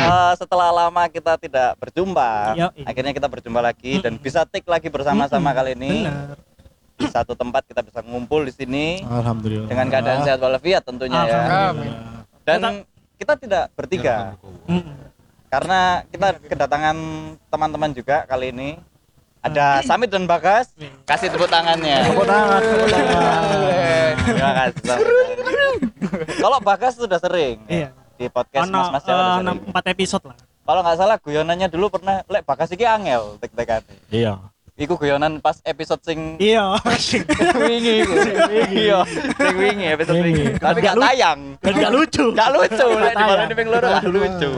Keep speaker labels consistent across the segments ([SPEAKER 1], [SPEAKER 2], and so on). [SPEAKER 1] Eh, setelah lama kita tidak berjumpa,
[SPEAKER 2] Yoi.
[SPEAKER 1] akhirnya kita berjumpa lagi dan bisa tik lagi bersama-sama kali ini.
[SPEAKER 2] Bener.
[SPEAKER 1] Di satu tempat kita bisa ngumpul di sini
[SPEAKER 3] Alhamdulillah.
[SPEAKER 1] dengan keadaan sehat walafiat tentunya ya.
[SPEAKER 2] Alhamdulillah.
[SPEAKER 1] Dan kita tidak bertiga
[SPEAKER 2] Mm-mm.
[SPEAKER 1] karena kita kedatangan teman-teman juga kali ini. Ada Samit dan Bagas. Kasih tepuk tangannya.
[SPEAKER 3] Tepuk tangan, tepuk tangan.
[SPEAKER 1] Terima kasih. Samit. Kalau Bagas sudah sering
[SPEAKER 2] Iya.
[SPEAKER 1] ya, di podcast
[SPEAKER 2] Ono
[SPEAKER 1] Mas Mas Jawa
[SPEAKER 2] eh,
[SPEAKER 1] udah
[SPEAKER 2] enam
[SPEAKER 1] sering.
[SPEAKER 2] empat episode lah.
[SPEAKER 1] Kalau nggak salah guyonannya dulu pernah lek Bagas iki angel tek-tekan.
[SPEAKER 3] Iya.
[SPEAKER 1] Iku guyonan pas episode sing
[SPEAKER 2] Iya.
[SPEAKER 1] wingi iku. Iya, sing wingi episode
[SPEAKER 3] Wingi.
[SPEAKER 1] wingi. Tapi gak tayang.
[SPEAKER 2] Dan gak lucu.
[SPEAKER 1] Gak lucu lek di mana ping loro gak lucu.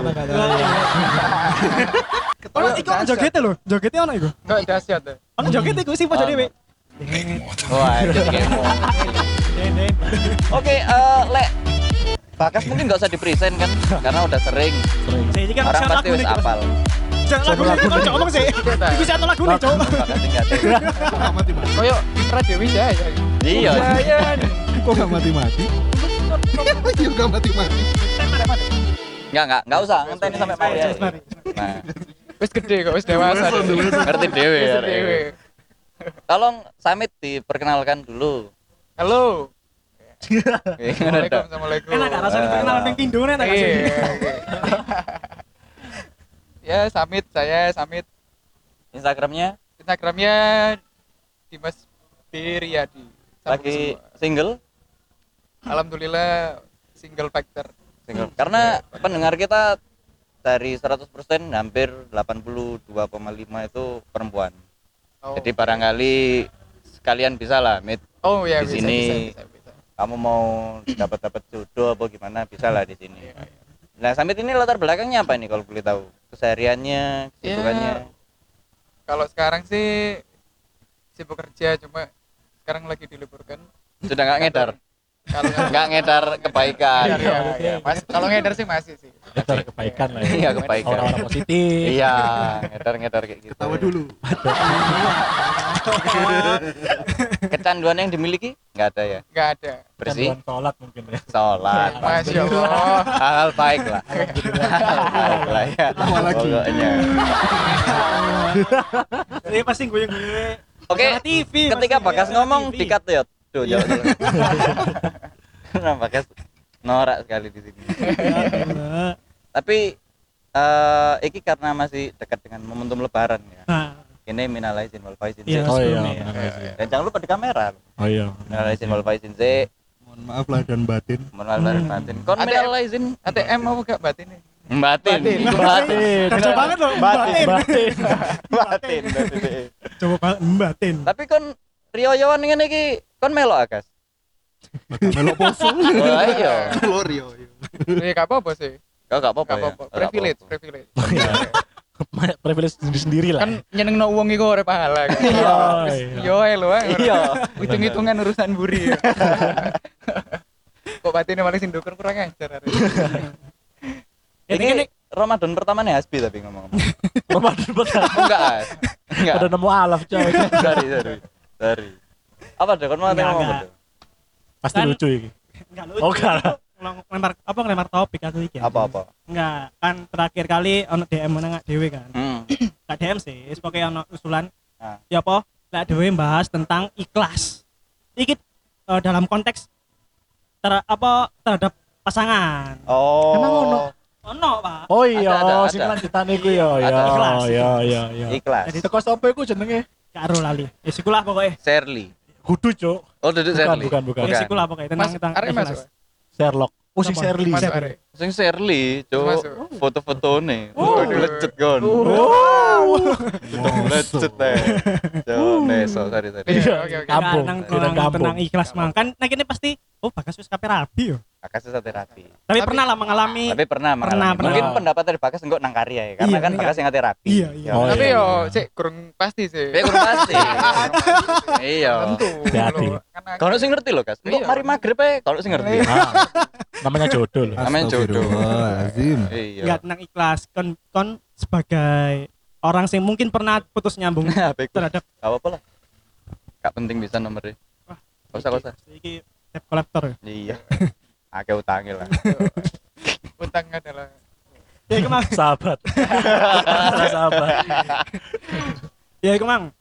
[SPEAKER 2] Ono iku ono jogetnya lho. Jogetnya ono iku.
[SPEAKER 4] Kok dahsyat ya?
[SPEAKER 2] Ono jogetnya iku sih
[SPEAKER 1] Ono.
[SPEAKER 2] pojoknya Wi.
[SPEAKER 1] Wah, jadi kemo. Oke, eh lek Bagas mungkin nggak usah di present kan karena udah sering.
[SPEAKER 2] Sih, iki kan
[SPEAKER 1] Orang
[SPEAKER 2] satu
[SPEAKER 1] pasti
[SPEAKER 2] lagu
[SPEAKER 1] wis
[SPEAKER 2] nih.
[SPEAKER 1] apal.
[SPEAKER 2] Jangan lagu ini kok ngomong sih. Iku satu lagu nih, Cok.
[SPEAKER 1] Bagas tinggal.
[SPEAKER 4] Koyo Fitra Dewi Jaya.
[SPEAKER 1] Iya.
[SPEAKER 3] Kok gak mati-mati? Juga mati-mati.
[SPEAKER 1] Enggak, enggak, enggak usah. Ngenteni sampai mari.
[SPEAKER 2] Iya,
[SPEAKER 1] ae.
[SPEAKER 2] mari.
[SPEAKER 1] Nah,
[SPEAKER 4] Wis gede kok, wis dewasa.
[SPEAKER 1] ngerti dewe
[SPEAKER 4] Wis
[SPEAKER 1] ya.
[SPEAKER 4] dewe.
[SPEAKER 1] Tolong Samit diperkenalkan dulu.
[SPEAKER 4] Halo.
[SPEAKER 1] Gimana
[SPEAKER 4] Assalamualaikum,
[SPEAKER 1] dong?
[SPEAKER 4] Assalamualaikum.
[SPEAKER 2] Enak gak rasanya terkenal ning Indo enak gak
[SPEAKER 4] Iya,
[SPEAKER 2] sih?
[SPEAKER 4] iya. Ya, Samit saya, Samit.
[SPEAKER 1] Instagramnya
[SPEAKER 4] Instagramnya Dimas B Riyadi. Sambung
[SPEAKER 1] lagi
[SPEAKER 4] semua.
[SPEAKER 1] single.
[SPEAKER 4] Alhamdulillah single factor.
[SPEAKER 1] Single. Karena pendengar kita dari 100% hampir 82,5 itu perempuan.
[SPEAKER 4] Oh.
[SPEAKER 1] Jadi barangkali sekalian bisa lah, Mit.
[SPEAKER 4] oh ya
[SPEAKER 1] di
[SPEAKER 4] bisa,
[SPEAKER 1] sini.
[SPEAKER 4] bisa, bisa, bisa.
[SPEAKER 1] Kamu mau dapat dapat jodoh apa gimana bisa lah di sini.
[SPEAKER 4] Iya, iya.
[SPEAKER 1] Nah, Samit ini latar belakangnya apa nih kalau boleh tahu? Kesehariannya, kesibukannya.
[SPEAKER 4] Kalau sekarang sih sibuk kerja cuma sekarang lagi diliburkan.
[SPEAKER 1] Sudah nggak ngedar.
[SPEAKER 4] Kalau
[SPEAKER 1] Nggak ngedar kebaikan.
[SPEAKER 4] Iya, iya. Mas, kalau ngedar sih masih sih.
[SPEAKER 3] Itu kebaikan lah ya.
[SPEAKER 1] Iya, kebaikan.
[SPEAKER 3] Orang-orang positif.
[SPEAKER 1] Iya, ngedar-ngedar kayak gitu.
[SPEAKER 3] Tawa dulu.
[SPEAKER 1] Kecanduan yang dimiliki? Nggak ada ya.
[SPEAKER 4] Enggak ada.
[SPEAKER 1] Bersih,
[SPEAKER 3] Tolak Kan mungkin ya.
[SPEAKER 1] sholat,
[SPEAKER 4] Masya Allah.
[SPEAKER 1] hal baik lah. Hal baik lah ya. Pokoknya.
[SPEAKER 2] Ini Iya, pasti guyung-guyungnya.
[SPEAKER 1] Oke,
[SPEAKER 2] Acara TV,
[SPEAKER 1] ketika
[SPEAKER 2] pasti.
[SPEAKER 1] Bagas
[SPEAKER 2] Acara
[SPEAKER 1] ngomong
[SPEAKER 2] TV.
[SPEAKER 1] dikat ya. Duh, jauh dulu. Nah, Bagas norak sekali di sini.
[SPEAKER 2] Iya,
[SPEAKER 1] Tapi eh iki karena masih dekat dengan momentum lebaran ya.
[SPEAKER 2] Nah,
[SPEAKER 1] Ini minal aizin wal faizin. sih.
[SPEAKER 2] Iya.
[SPEAKER 3] Oh iya.
[SPEAKER 2] sebelumnya.
[SPEAKER 3] benar nggak sih?
[SPEAKER 1] Dan jangan lupa di kamera.
[SPEAKER 3] Oh iya.
[SPEAKER 1] Minal aizin wal faizin sih.
[SPEAKER 3] Mohon maaf lah dan batin.
[SPEAKER 1] Mohon maaf lahir batin. Kon
[SPEAKER 4] Ada-
[SPEAKER 1] minal aizin
[SPEAKER 4] ATM mau gak batin nih?
[SPEAKER 1] batin.
[SPEAKER 4] Batin.
[SPEAKER 1] Batin.
[SPEAKER 2] kerja banget loh,
[SPEAKER 1] Batin.
[SPEAKER 2] batin.
[SPEAKER 1] Batin. batin.
[SPEAKER 2] Coba banget mbatin.
[SPEAKER 1] Tapi kon riyoyoan ngene iki kon melok agas.
[SPEAKER 3] Melok poso.
[SPEAKER 1] Wah iya.
[SPEAKER 4] Ya gak apa-apa sih.
[SPEAKER 1] Kau gak apa-apa.
[SPEAKER 4] Oh, iya. Gak apa-apa.
[SPEAKER 1] ya?
[SPEAKER 4] Privilege,
[SPEAKER 1] Gak apa-apa.
[SPEAKER 4] privilege.
[SPEAKER 3] Oh iya. Privilege sendiri lah. ya.
[SPEAKER 4] Kan nyenengno wong iku ora pahala. kan?
[SPEAKER 3] Iya.
[SPEAKER 4] Wis, Yo ae lho. ae.
[SPEAKER 1] Iya.
[SPEAKER 4] Hitung-hitungan urusan buri. ya. Kok batinnya malah sindukur kurang ajar. hari ini.
[SPEAKER 2] Ini
[SPEAKER 1] Ini
[SPEAKER 2] ini
[SPEAKER 1] Ramadan pertama nih Hasbi tapi ngomong.
[SPEAKER 3] Ramadan benar.
[SPEAKER 1] Oh, enggak. As. Enggak.
[SPEAKER 3] Udah nemu alaf coy.
[SPEAKER 1] Sorry, sorry. Sorry. Apa deh kon mau
[SPEAKER 2] Enggak,
[SPEAKER 1] ngomong apa
[SPEAKER 2] enggak.
[SPEAKER 1] deh?
[SPEAKER 3] Pasti
[SPEAKER 2] Kan-
[SPEAKER 3] lucu ini.
[SPEAKER 2] enggak
[SPEAKER 3] Oh, enggak.
[SPEAKER 2] Ngelong- Lempar apa ngelempar topik atau iki? ya?
[SPEAKER 1] Apa-apa.
[SPEAKER 2] Enggak, kan terakhir kali ono DM menang dhewe kan.
[SPEAKER 1] Hmm.
[SPEAKER 2] Enggak DM sih, wis pokoke ono usulan.
[SPEAKER 1] Ah.
[SPEAKER 2] Ya apa? Lek dhewe bahas tentang ikhlas. Iki eh, dalam konteks ter apa terhadap pasangan.
[SPEAKER 1] Oh.
[SPEAKER 3] Emang ngono?
[SPEAKER 2] Ono, Pak.
[SPEAKER 3] Oh iya,
[SPEAKER 1] Ada, ada, ada.
[SPEAKER 3] sing
[SPEAKER 1] Iya,
[SPEAKER 3] lanjutan iku ya, ya,
[SPEAKER 1] Ada.
[SPEAKER 2] Ikhlas,
[SPEAKER 3] ya, ya, ya.
[SPEAKER 1] Ikhlas.
[SPEAKER 2] Jadi-
[SPEAKER 3] Teko sapa iku jenenge?
[SPEAKER 2] Gak ero lali. Wis iku lah pokoke.
[SPEAKER 1] Shirley.
[SPEAKER 3] Hudu, Cuk.
[SPEAKER 1] Oh, duduk
[SPEAKER 3] Bukan,
[SPEAKER 1] Shirley.
[SPEAKER 3] bukan, bukan.
[SPEAKER 2] Wis iku lah pokoke tentang
[SPEAKER 4] Mas,
[SPEAKER 2] tentang
[SPEAKER 4] arek
[SPEAKER 2] ikhlas.
[SPEAKER 4] masuk.
[SPEAKER 3] Sherlock. Oh, sing
[SPEAKER 2] Apa?
[SPEAKER 3] Shirley.
[SPEAKER 4] Masuk arek.
[SPEAKER 1] Sing Shirley, Cuk. Oh.
[SPEAKER 4] Masuk.
[SPEAKER 1] Foto-foto nih.
[SPEAKER 4] Oh.
[SPEAKER 1] Lecet kon.
[SPEAKER 3] Oh. Wow.
[SPEAKER 1] Lecet deh. eh. Cuk, neso, sorry, sorry.
[SPEAKER 4] Iya, oke oke.
[SPEAKER 3] Kamu. Kampung,
[SPEAKER 2] Kampung,
[SPEAKER 3] kita kampung.
[SPEAKER 2] Ya, tentang ikhlas mang kan nah ini pasti oh bagas wis kape rabi yo.
[SPEAKER 1] Bagas itu sate rapi.
[SPEAKER 2] Tapi,
[SPEAKER 4] Tapi-
[SPEAKER 2] pernah lah mengalami
[SPEAKER 1] Tapi pernah mengalami.
[SPEAKER 2] pernah.
[SPEAKER 1] Mungkin pendapat dari Bagas enggak nang karya ya, karena
[SPEAKER 2] Iya,
[SPEAKER 1] kan
[SPEAKER 2] iya.
[SPEAKER 1] Bagas yang nggak terapi.
[SPEAKER 2] Iya, iya.
[SPEAKER 1] Ya.
[SPEAKER 3] Oh,
[SPEAKER 4] Tapi
[SPEAKER 3] iya,
[SPEAKER 4] yo
[SPEAKER 3] iya.
[SPEAKER 4] sik kurang pasti sih. Ah,
[SPEAKER 1] Tapi kurang pasti. Iya.
[SPEAKER 4] Tentu.
[SPEAKER 3] Hati-hati.
[SPEAKER 4] lho. Kan aku-
[SPEAKER 1] Kalau sing ngerti loh, Gas. Untuk
[SPEAKER 4] Iya.
[SPEAKER 1] mari magrib ae kalau sing ngerti.
[SPEAKER 3] Ah, namanya jodoh
[SPEAKER 2] Iya.
[SPEAKER 3] loh.
[SPEAKER 1] Iya. Namanya jodoh.
[SPEAKER 3] Astagfirullahaladzim.
[SPEAKER 2] ya
[SPEAKER 1] Iya.
[SPEAKER 2] tentang ikhlas kon kon sebagai orang sing mungkin pernah putus nyambung
[SPEAKER 1] HP ku.
[SPEAKER 2] terhadap
[SPEAKER 1] Gak apa-apa lah. Gak penting bisa nomornya.
[SPEAKER 2] Wah.
[SPEAKER 1] Gak usah, gak usah.
[SPEAKER 2] iki debt collector.
[SPEAKER 1] Iya. Agak utangnya lah.
[SPEAKER 4] utang adalah
[SPEAKER 1] Iya,
[SPEAKER 2] ya iku mang
[SPEAKER 3] sahabat Astra sahabat
[SPEAKER 2] ya iku mang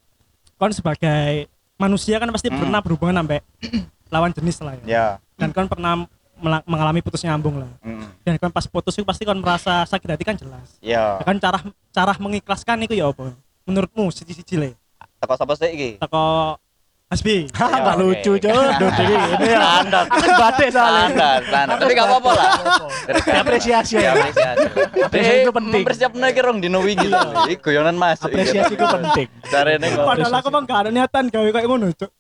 [SPEAKER 2] kon sebagai manusia kan pasti
[SPEAKER 1] Hmm.
[SPEAKER 2] pernah berhubungan sampai lawan jenis lah ya
[SPEAKER 1] ya
[SPEAKER 2] dan kon pernah mela- mengalami putus nyambung lah
[SPEAKER 1] mm,
[SPEAKER 2] dan kon pas putus itu pasti kon merasa sakit hati kan jelas
[SPEAKER 1] ya
[SPEAKER 2] kan cara cara mengikhlaskan itu ya apa menurutmu siji-siji le
[SPEAKER 1] teko sapa sih iki
[SPEAKER 2] teko Hasbi
[SPEAKER 3] Hah, nggak
[SPEAKER 1] Ya, oke.
[SPEAKER 3] lucu jodoh jadi ini ya
[SPEAKER 1] standar
[SPEAKER 3] aku batik soalnya
[SPEAKER 1] standar standar tapi gak apa-apa lah
[SPEAKER 3] Diapresiasi ya.
[SPEAKER 1] apresiasi Eh,
[SPEAKER 3] Apresiasi itu penting. Iya.
[SPEAKER 1] mempersiapkan lagi rong dino wingi iki guyonan masuk iki.
[SPEAKER 3] apresiasi itu penting
[SPEAKER 1] Carane kok.
[SPEAKER 2] padahal aku mah gak ada niatan gawe kayak ngono cuk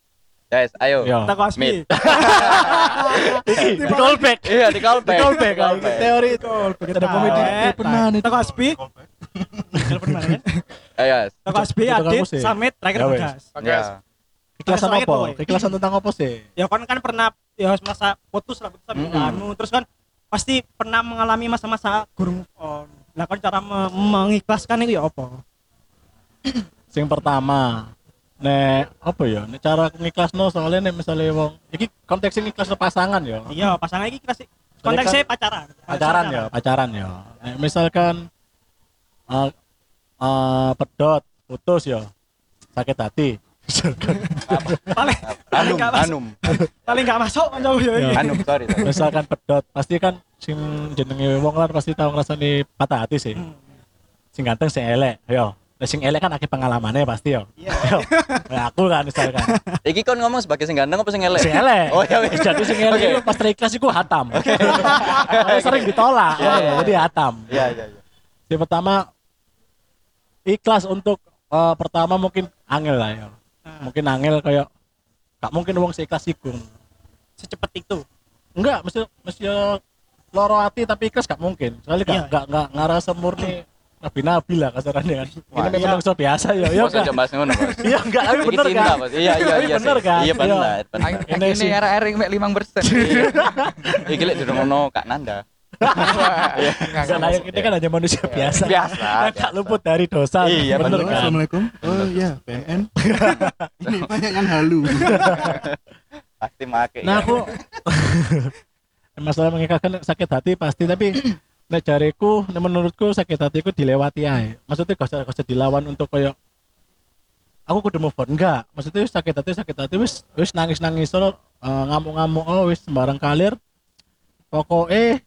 [SPEAKER 1] guys ayo
[SPEAKER 3] Yo.
[SPEAKER 2] teko Hasbi
[SPEAKER 1] Mit.
[SPEAKER 3] Iki, di callback
[SPEAKER 1] iya di callback
[SPEAKER 3] Di callback, gitu.
[SPEAKER 1] Di callback.
[SPEAKER 2] teori itu
[SPEAKER 3] Ada komedi
[SPEAKER 2] Iya,
[SPEAKER 3] teleponan itu.
[SPEAKER 2] teko Hasbi teleponan ya.
[SPEAKER 1] ayo
[SPEAKER 2] teko Hasbi
[SPEAKER 3] Itu kamu
[SPEAKER 2] Adit
[SPEAKER 3] sih.
[SPEAKER 2] Samit terakhir
[SPEAKER 3] Ya, wes.
[SPEAKER 2] Bagas
[SPEAKER 1] ya
[SPEAKER 4] Bagas.
[SPEAKER 3] Kekerasan
[SPEAKER 2] Sakit,
[SPEAKER 3] apa?
[SPEAKER 2] woy.
[SPEAKER 3] Kekerasan tentang apa sih?
[SPEAKER 2] ya kan kan pernah ya masa putus lah putus sampai
[SPEAKER 1] Mm-mm.
[SPEAKER 2] anu terus kan pasti pernah mengalami masa-masa gurung on lah kan cara me- mengikhlaskan itu ya apa
[SPEAKER 3] Sing pertama, nek apa ya? Nek cara aku ngiklasno soalnya nek misalnya wong iki konteks sing ngiklasno pasangan ya.
[SPEAKER 2] iya pasangan ini kita sih konteksnya pacaran
[SPEAKER 3] kan Pacaran ya, pacaran ya. Nek misalkan eh eh, pedot putus ya. Sakit hati.
[SPEAKER 2] paling paling
[SPEAKER 3] Anu,
[SPEAKER 1] anum
[SPEAKER 2] gak masuk
[SPEAKER 1] anum
[SPEAKER 2] paling gak masuk kan jauh ya ini.
[SPEAKER 1] anum sorry sorry.
[SPEAKER 3] misalkan pedot, pasti kan sing jenenge wong kan pasti tau ngrasani patah hati sih.
[SPEAKER 2] Hmm.
[SPEAKER 3] Sing ganteng sing elek, yo. Nek sing elek kan akeh pengalamannya pasti yo.
[SPEAKER 1] Iya.
[SPEAKER 3] Yo. Nah, aku kan misalkan.
[SPEAKER 1] iki kon ngomong sebagai sing ganteng apa sing elek
[SPEAKER 3] Sing elek.
[SPEAKER 1] oh ya wis
[SPEAKER 3] Jadi sing elek
[SPEAKER 1] Oke.
[SPEAKER 3] itu pas ikhlas iku hatam. Karena sering ditolak.
[SPEAKER 1] Iya, iya, iya.
[SPEAKER 3] Jadi hatam.
[SPEAKER 1] ya ya ya
[SPEAKER 3] Yang pertama ikhlas untuk eh, pertama mungkin angel lah ya.
[SPEAKER 2] Ah.
[SPEAKER 3] Mungkin angel kayak gak mungkin wong seikhlas iku.
[SPEAKER 2] secepat itu
[SPEAKER 3] Enggak, mesti mesti loro hati tapi ikhlas gak mungkin. Soalnya gak
[SPEAKER 2] Iya.
[SPEAKER 3] gak gak ngerasa murni nabi-nabi lah kasarannya kan.
[SPEAKER 1] Wah,
[SPEAKER 3] Ini memang
[SPEAKER 2] iya.
[SPEAKER 3] menungso biasa ya. Iya
[SPEAKER 1] Bos,
[SPEAKER 3] kan.
[SPEAKER 1] aja bahas ngono bos
[SPEAKER 3] Iya enggak, tapi
[SPEAKER 1] Iki
[SPEAKER 3] bener
[SPEAKER 1] cinta,
[SPEAKER 3] kan.
[SPEAKER 1] Bos. iya iya
[SPEAKER 3] Tapi
[SPEAKER 1] iya
[SPEAKER 3] bener
[SPEAKER 1] sih.
[SPEAKER 3] kan?
[SPEAKER 1] iya
[SPEAKER 3] Iya.
[SPEAKER 1] benar benar
[SPEAKER 4] Ang-
[SPEAKER 3] Ini
[SPEAKER 4] Ini
[SPEAKER 3] sih.
[SPEAKER 4] era ering mek limang persen.
[SPEAKER 1] iki lek durung ngono kak Nanda
[SPEAKER 3] Enggak layak ini kan hanya manusia biasa.
[SPEAKER 1] biasa
[SPEAKER 3] Kan gak luput dari dosa.
[SPEAKER 1] Iya, bener.
[SPEAKER 3] bener kan.
[SPEAKER 5] Assalamualaikum. Oh iya, PN. Ini banyak yang halu.
[SPEAKER 1] pasti make
[SPEAKER 3] Nah
[SPEAKER 1] ya.
[SPEAKER 3] aku masalah mengikatkan sakit hati pasti tapi nek jariku nek menurutku sakit hatiku dilewati aja. Maksudnya gak usah gak usah dilawan untuk koyo aku kudu move on enggak. Maksudnya wis sakit hati sakit hati wis wis nangis-nangis terus ngamuk-ngamuk oh wis sembarang kalir. Pokoke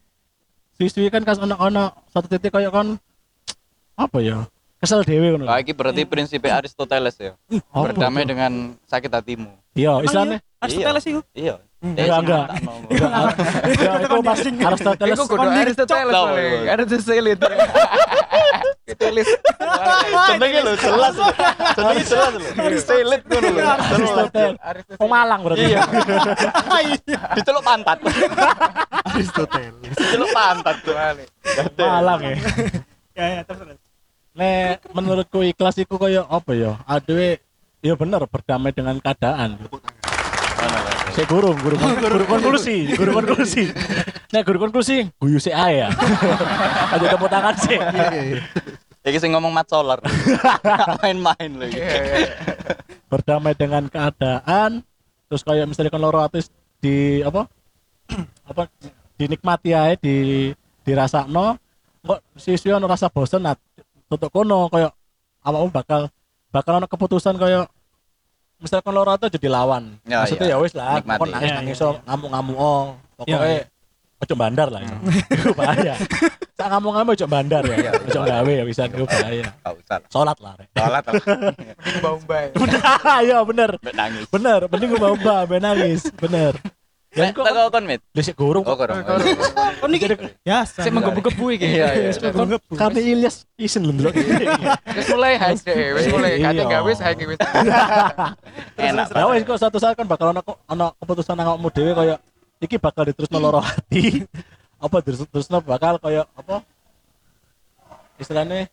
[SPEAKER 3] siswi kan kas ono-ono satu titik koyo kon apa ya? Kesel dhewe ngono.
[SPEAKER 1] Wah, iki berarti prinsip Aristoteles ya.
[SPEAKER 3] Apa
[SPEAKER 1] Berdamai
[SPEAKER 3] tuh?
[SPEAKER 1] dengan sakit hatimu.
[SPEAKER 3] Iya, istilahnya
[SPEAKER 2] harus
[SPEAKER 1] Iya.
[SPEAKER 2] teles itu
[SPEAKER 1] Iya.
[SPEAKER 2] Hmm.
[SPEAKER 1] Eh,
[SPEAKER 3] Enggak,
[SPEAKER 1] sing
[SPEAKER 3] enggak.
[SPEAKER 1] tak mau.
[SPEAKER 3] Ya, itu pas Aristoteles
[SPEAKER 4] Iku kudu
[SPEAKER 2] Only
[SPEAKER 4] Aristoteles
[SPEAKER 1] Cok.
[SPEAKER 4] paling. Aristoteles. Aristoteles.
[SPEAKER 1] Jenenge lho jelas. Jenenge jelas lho. Selit ngono lho.
[SPEAKER 3] Iya, Aristoteles.
[SPEAKER 4] Aristoteles.
[SPEAKER 3] Oh Malang berarti.
[SPEAKER 1] Iya. Diceluk pantat.
[SPEAKER 5] Aristoteles.
[SPEAKER 1] Diceluk pantat tuh.
[SPEAKER 4] Balik.
[SPEAKER 3] Malang ya.
[SPEAKER 2] ya ya terus terus
[SPEAKER 3] Nek menurutku ikhlas iku koyo apa ya? Aduh, ya bener berdamai dengan keadaan. Saya guru, guru, kon- guru konklusi, guru konklusi. Nek guru konklusi, guyu sik ae ya. Ada tepuk tangan sih.
[SPEAKER 5] Oke.
[SPEAKER 1] Iki sing ngomong mat solar. Main-main lho iki.
[SPEAKER 4] Iya, iya, iya.
[SPEAKER 3] Berdamai dengan keadaan. Terus kayak misalnya kon loro atis di apa? apa dinikmati ae di dirasakno kok siswi ono rasa bosen nah tutuk kono koyo awakmu bakal bakal ono keputusan koyo misalkan loro atau jadi lawan
[SPEAKER 1] Ya,
[SPEAKER 3] maksudnya
[SPEAKER 1] iya.
[SPEAKER 3] ya wis lah
[SPEAKER 1] Nikmati.
[SPEAKER 3] pokoknya nangis
[SPEAKER 2] Ya,
[SPEAKER 3] nangis
[SPEAKER 2] iya,
[SPEAKER 3] so ngamuk-ngamuk
[SPEAKER 2] Ya,
[SPEAKER 3] oh
[SPEAKER 2] Hmm.
[SPEAKER 3] pokoknya ojo bandar lah ya itu bahaya tak ngamuk-ngamuk ojo bandar ya ojo gawe ya bisa itu bahaya
[SPEAKER 1] Enggak usah. lah.
[SPEAKER 3] sholat lah rek.
[SPEAKER 1] Salat lah.
[SPEAKER 4] Mending bau-bau.
[SPEAKER 3] udah ya bener
[SPEAKER 1] Mbak nangis.
[SPEAKER 3] bener mending gue mau mbak nangis bener
[SPEAKER 1] Lek
[SPEAKER 3] dan kok
[SPEAKER 1] teko kon mit.
[SPEAKER 3] disik gurung
[SPEAKER 1] Oh,
[SPEAKER 3] kok
[SPEAKER 1] kon.
[SPEAKER 2] oh ini ya
[SPEAKER 4] Sik menggebu-gebu iki.
[SPEAKER 1] Iya, iya.
[SPEAKER 3] karena Ilyas isin lho ndelok.
[SPEAKER 4] Wis mulai high deh, wis mulai
[SPEAKER 3] Iya.
[SPEAKER 4] kate gawe wis high wis.
[SPEAKER 1] Enak.
[SPEAKER 3] Lah wis kok satu saat kan bakal ana ana keputusan nang awakmu dhewe kaya iki bakal diterus loro hati. apa terus terusno bakal kaya apa? Istilahnya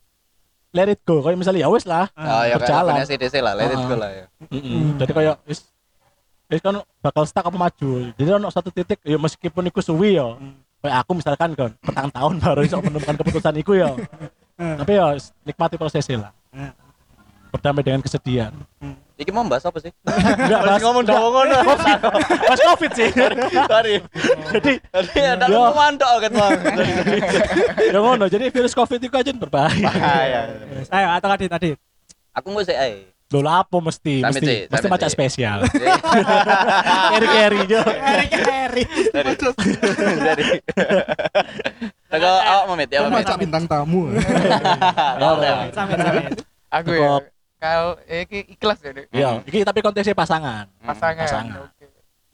[SPEAKER 3] let it go kaya misalnya ya wis lah.
[SPEAKER 1] Oh ya
[SPEAKER 3] Berjalan.
[SPEAKER 1] kan CDC lah, let it go lah ya.
[SPEAKER 3] Mm-mm. Jadi kaya wis wis kan bakal stuck apa maju. Jadi ono satu titik ya meskipun iku suwi ya.
[SPEAKER 1] Hmm.
[SPEAKER 3] Kayak aku misalkan kan petang tahun
[SPEAKER 1] Hmm.
[SPEAKER 3] baru iso menemukan keputusan iku ya. Tapi ya nikmati prosesnya lah. berdamai dengan kesedihan.
[SPEAKER 1] Iki mau bahas apa sih?
[SPEAKER 3] Ah. Enggak,
[SPEAKER 1] Harus ngomong dong ngono.
[SPEAKER 3] Pas Covid sih.
[SPEAKER 1] Sorry.
[SPEAKER 3] Jadi
[SPEAKER 1] Tadi ada
[SPEAKER 3] Ya.
[SPEAKER 1] lu mandok kan, Bang.
[SPEAKER 3] ya ngono, jadi virus Covid itu aja berbahaya.
[SPEAKER 1] Bahaya.
[SPEAKER 2] Wes, ayo atau tadi tadi
[SPEAKER 1] Aku eh. mau sih ae.
[SPEAKER 3] Lho lah apa mesti
[SPEAKER 1] Sampai sih,
[SPEAKER 3] mesti mesti
[SPEAKER 1] sampai
[SPEAKER 3] macam
[SPEAKER 1] sih.
[SPEAKER 3] spesial.
[SPEAKER 1] Dari
[SPEAKER 3] Eri-eri yo.
[SPEAKER 1] dari. Teko awak mau met ya,
[SPEAKER 5] Kamu
[SPEAKER 1] Met?
[SPEAKER 5] acak bintang tamu.
[SPEAKER 1] Awak, Met.
[SPEAKER 2] sampai sampai
[SPEAKER 4] aku ya
[SPEAKER 3] Cukup.
[SPEAKER 4] kalau eh, iki ikhlas ya Dek.
[SPEAKER 3] Iya, iki tapi konteksnya pasangan.
[SPEAKER 4] pasangan,
[SPEAKER 3] pasangan.
[SPEAKER 4] oke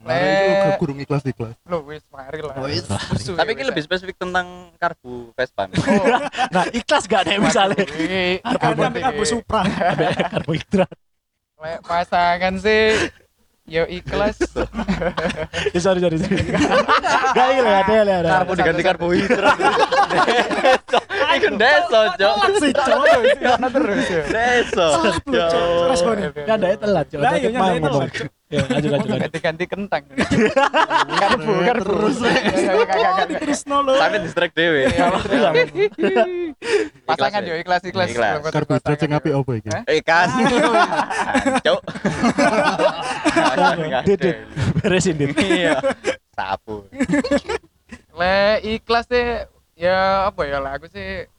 [SPEAKER 5] Nah, itu kurung ikhlas di kelas.
[SPEAKER 4] lo wis mari lah
[SPEAKER 5] Wis.
[SPEAKER 4] Musuh ya,
[SPEAKER 1] Tapi ini
[SPEAKER 4] wis,
[SPEAKER 1] lebih spesifik tentang karbu Vespa. Met.
[SPEAKER 4] Oh,
[SPEAKER 3] Nah, ikhlas gak deh misalnya
[SPEAKER 4] waduh, wih.
[SPEAKER 2] Karena sampai
[SPEAKER 3] kan
[SPEAKER 4] Iya.
[SPEAKER 2] kabur supra
[SPEAKER 3] Ambil karbohidrat.
[SPEAKER 4] Lek pasangan sih yo ikhlas
[SPEAKER 3] Ya, sorry sorry. sorry. Gak iki lho, ada ada ada.
[SPEAKER 1] Karbu diganti karbohidrat. Iku kan deso, Cok.
[SPEAKER 2] sih
[SPEAKER 1] Oh,
[SPEAKER 2] cok
[SPEAKER 4] Karena terus ya
[SPEAKER 1] Deso. Cok.
[SPEAKER 2] responnya
[SPEAKER 4] Oke, oke.
[SPEAKER 3] Nyandai telat, Cok.
[SPEAKER 2] Lah, iya,
[SPEAKER 3] Cocok banget
[SPEAKER 2] nyandai telat,
[SPEAKER 3] ngomong. Ya, lanjut lanjut lanjut.
[SPEAKER 4] ganti-ganti kentang karbu karbu
[SPEAKER 5] Iya, Terus.
[SPEAKER 4] Kagak, kagak,
[SPEAKER 2] Oh,
[SPEAKER 4] kagak.
[SPEAKER 2] diterus nol lo.
[SPEAKER 1] Sampai distrik dewe. Iya.
[SPEAKER 4] pasangan
[SPEAKER 1] Ya Ikhlas,
[SPEAKER 4] yo
[SPEAKER 1] Ikhlas.
[SPEAKER 4] ikhlas ikhlas Belum ketemu
[SPEAKER 5] Karbohidrat sing
[SPEAKER 4] pasangan,
[SPEAKER 5] apik
[SPEAKER 4] yo.
[SPEAKER 5] apa iki?
[SPEAKER 4] Hah?
[SPEAKER 1] Eh kan. Cok.
[SPEAKER 3] Didit, beresin dit.
[SPEAKER 1] Iya. Sapu.
[SPEAKER 4] le ikhlas sih ya apa ya lah aku sih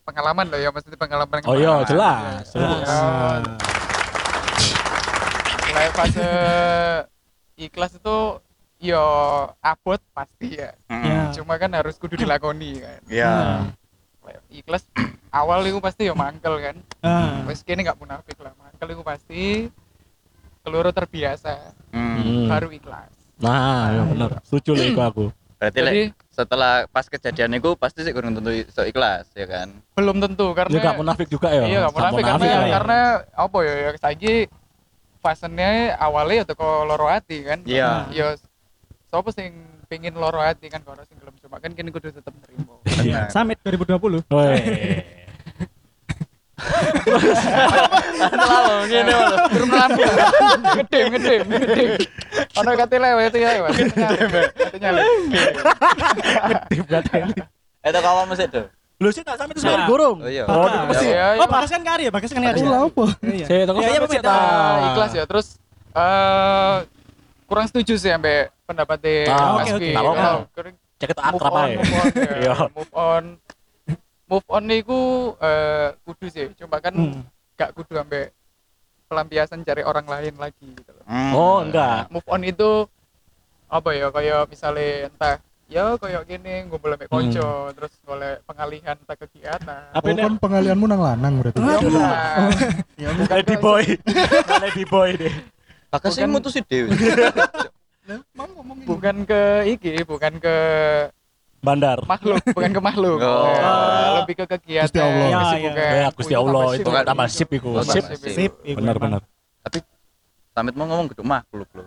[SPEAKER 4] pengalaman loh ya maksudnya pengalaman
[SPEAKER 3] Oh iya, jelas.
[SPEAKER 4] Jelas.
[SPEAKER 3] jelas.
[SPEAKER 5] Ah.
[SPEAKER 4] le fase ikhlas itu yo abot pasti ya
[SPEAKER 3] Iya.
[SPEAKER 2] Ya.
[SPEAKER 4] cuma kan harus kudu dilakoni kan
[SPEAKER 1] Ya.
[SPEAKER 3] Nah.
[SPEAKER 4] Le, ikhlas awal itu pasti ya mangkel kan
[SPEAKER 2] Ah.
[SPEAKER 4] wes kini nggak munafik lah mangkel itu pasti keluru terbiasa
[SPEAKER 1] Hmm.
[SPEAKER 3] Hmm.
[SPEAKER 4] baru ikhlas
[SPEAKER 3] Nah, ya bener. Setuju lho iku aku.
[SPEAKER 1] Berarti
[SPEAKER 4] Jadi-
[SPEAKER 1] lek setelah pas kejadian itu pasti sih kurang tentu iso ikhlas ya kan.
[SPEAKER 4] belum tentu karena
[SPEAKER 3] Ya gak munafik juga ya.
[SPEAKER 4] iya nggak munafik, karena
[SPEAKER 2] lah ya.
[SPEAKER 4] karena apa ya ya saiki fasenya awalnya ya teko loro hati kan
[SPEAKER 1] Iya.
[SPEAKER 4] ya sapa sing pengin loro hati kan kalau sing gelem cuma kan kini kudu tetep nerimo
[SPEAKER 2] Iya,
[SPEAKER 1] Benar.
[SPEAKER 2] Summit 2020.
[SPEAKER 3] Woi.
[SPEAKER 1] Lalu ngene lho.
[SPEAKER 4] turun melaku gede gede gede ono kate lewe itu ya lewat katanya
[SPEAKER 3] Aktif katanya.
[SPEAKER 1] Itu Eh, kawan mesti tuh.
[SPEAKER 3] Lu sih tak sampe itu
[SPEAKER 2] Nah.
[SPEAKER 3] sekarang gorong.
[SPEAKER 1] Oh iya.
[SPEAKER 3] Oh,
[SPEAKER 2] Bagas.
[SPEAKER 3] mesti.
[SPEAKER 4] ya
[SPEAKER 2] Oh, Bagas kan kari ya, Bagas kan kari.
[SPEAKER 5] Aku lah apa?
[SPEAKER 2] Iya.
[SPEAKER 3] Saya toko
[SPEAKER 2] Iya, iya,
[SPEAKER 3] sampe
[SPEAKER 2] Pemit.
[SPEAKER 3] sih, tak.
[SPEAKER 4] ikhlas ya terus eh kurang setuju sih ambek pendapatnya
[SPEAKER 3] Ah,
[SPEAKER 4] Mas
[SPEAKER 2] oke,
[SPEAKER 4] Ki. Nah,
[SPEAKER 3] oke.
[SPEAKER 4] Kalau
[SPEAKER 3] Nggak Cek itu
[SPEAKER 4] move
[SPEAKER 3] akrab
[SPEAKER 4] on,
[SPEAKER 3] aja.
[SPEAKER 4] move on,
[SPEAKER 3] Iya.
[SPEAKER 4] ya. move on move on niku eh kudu sih cuma kan
[SPEAKER 2] Hmm.
[SPEAKER 4] gak kudu ambek pelampiasan cari orang lain lagi gitu loh.
[SPEAKER 1] Mm.
[SPEAKER 3] Oh, enggak.
[SPEAKER 4] move on itu apa ya kayak misalnya entah ya kayak gini gue boleh ambek konco terus boleh pengalihan entah kegiatan
[SPEAKER 3] Hmm. Apa
[SPEAKER 5] Oh,
[SPEAKER 3] ini?
[SPEAKER 5] kan pengalianmu nang lanang berarti.
[SPEAKER 4] Nah, bukan
[SPEAKER 3] Lady
[SPEAKER 4] kok-
[SPEAKER 3] boy. Lady boy deh.
[SPEAKER 1] Bagas kan sih
[SPEAKER 3] kan-
[SPEAKER 4] Bukan-
[SPEAKER 1] mutusin dewe.
[SPEAKER 5] Lah, Mau ngomong ini.
[SPEAKER 4] bukan ke iki bukan ke
[SPEAKER 3] Bandar.
[SPEAKER 4] makhluk bukan ke makhluk
[SPEAKER 1] Oh.
[SPEAKER 4] Nah, lebih ke kegiatan
[SPEAKER 5] Gusti
[SPEAKER 2] Ya,
[SPEAKER 5] Allah.
[SPEAKER 2] ya.
[SPEAKER 4] kesibukan.
[SPEAKER 3] Ya, Gusti Allah,
[SPEAKER 4] Tambah
[SPEAKER 3] itu
[SPEAKER 4] sip.
[SPEAKER 3] tambah sip iku.
[SPEAKER 4] Tambah
[SPEAKER 1] Sip.
[SPEAKER 2] Sip, iya. iku
[SPEAKER 3] Benar
[SPEAKER 2] emang.
[SPEAKER 3] benar.
[SPEAKER 1] Samit mau ngomong gedung makhluk lho.